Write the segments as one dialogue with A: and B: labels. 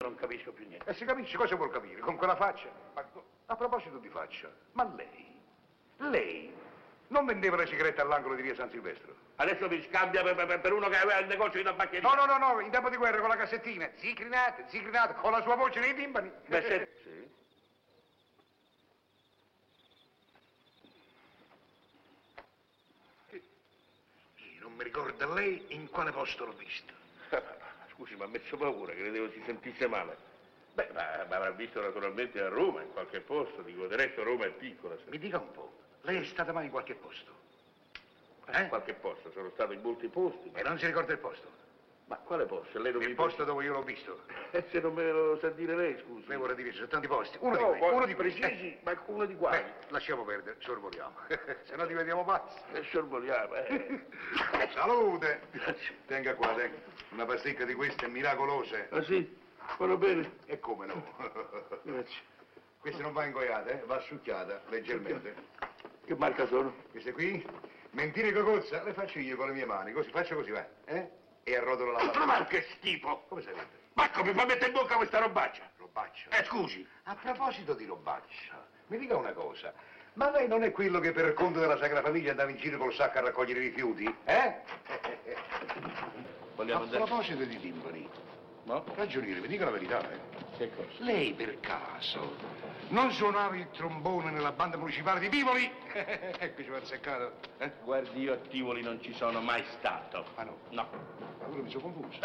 A: Non capisco più niente.
B: E si capisce cosa vuol capire con quella faccia? Ma- a proposito di faccia, ma lei, lei non vendeva le sigarette all'angolo di via San Silvestro?
A: Adesso mi scambia per, per- per uno che aveva il negozio di tabaccheria.
B: No, no, no, no, in tempo di guerra con la cassettina, zicrinate, zicrinate, con la sua voce nei timpani.
A: Beh, se-
B: Sì. Che- Sì, Non mi ricorda lei in quale posto l'ho visto.
A: Scusi, mi ha messo paura, credevo si sentisse male. Beh, ma, ma avrà visto naturalmente a Roma, in qualche posto, dico, del resto Roma è piccola. se-
B: Mi dica un po', lei è stata mai in qualche posto?
A: In
B: Eh?
A: qualche posto, sono stato in molti posti. Ma,
B: E non si ricorda il posto?
A: ma quale posto? Lei non mi
B: Il posto dove io l'ho visto.
A: E se non me lo sa dire lei, scusi.
B: Lei vorrei dire ci sono tanti posti. Uno
A: No,
B: di quei, uno
A: posti
B: di quei.
A: precisi, ma uno di
B: Eh,
A: quali.
B: Beh, lasciamo perdere, sorvoliamo. Se no diventiamo pazzi.
A: E sorvoliamo, eh.
B: Salute! Tenga qua, tenga. Una pasticca di queste miracolose.
A: Ah sì, fanno bene.
B: E come no?
A: Grazie.
B: Questa non va ingoiata, eh? va succhiata leggermente.
A: Che marca sono?
B: Queste qui, mentire cocozza, le faccio io con le mie mani. Così, faccio così, va. Eh? E arrotolo la
A: Altra
B: palla.
A: marca è schifo.
B: Come sapete?
A: Ma come fa a mettere in bocca questa robaccia?
B: Robaccia.
A: Eh, scusi.
B: A proposito di robaccia, mi dica una cosa. Ma lei non è quello che per conto della Sacra Famiglia andava in giro col sacco a raccogliere i rifiuti? Eh? A
A: Vogliamo andare?
B: proposito di timpani,
A: No?
B: ragioniere, mi dica la verità, eh.
A: Che cosa?
B: Lei per caso non suonava il trombone nella banda municipale di Pivoli? ecco ci va seccato. Eh?
A: Guardi, io a Tivoli non ci sono mai stato.
B: Ah, no?
A: No.
B: Allora mi sono confuso.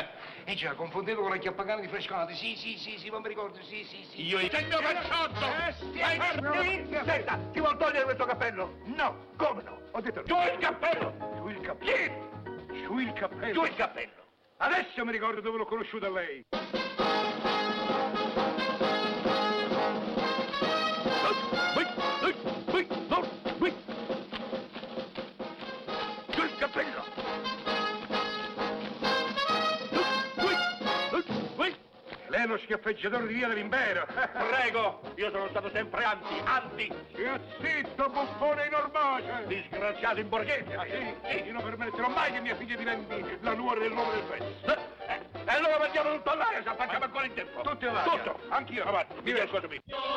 B: E già, confondevo con la chiappagana di Frescati. Sì, sì, sì, sì, ma mi ricordo, sì, sì, sì.
A: Io intendo
B: eh,
A: cazzotto!
B: Senta, ti vuol togliere questo cappello? No, come no? Ho detto
A: Giù il cappello!
B: Giù il cappello. Giù il cappello.
A: Giù il cappello!
B: Adesso mi ricordo dove l'ho conosciuta lei.
A: Giù il cappello!
B: Lei è lo schiaffeggiatore di via dell'impero.
A: Prego, io sono stato sempre anti, anti,
B: Zitto, buffone inormace.
A: disgraziato in borghese.
B: Ah, sì? Sì, io non permetterò mai che mia figlia diventi la nuora dell'uomo del pezzo.
A: Eh, eh, E allora mandiamo tutto all'aria, se facciamo ancora in tempo.
B: Tutti alla
A: Tutto, anch'io, avanti, mi vergogno.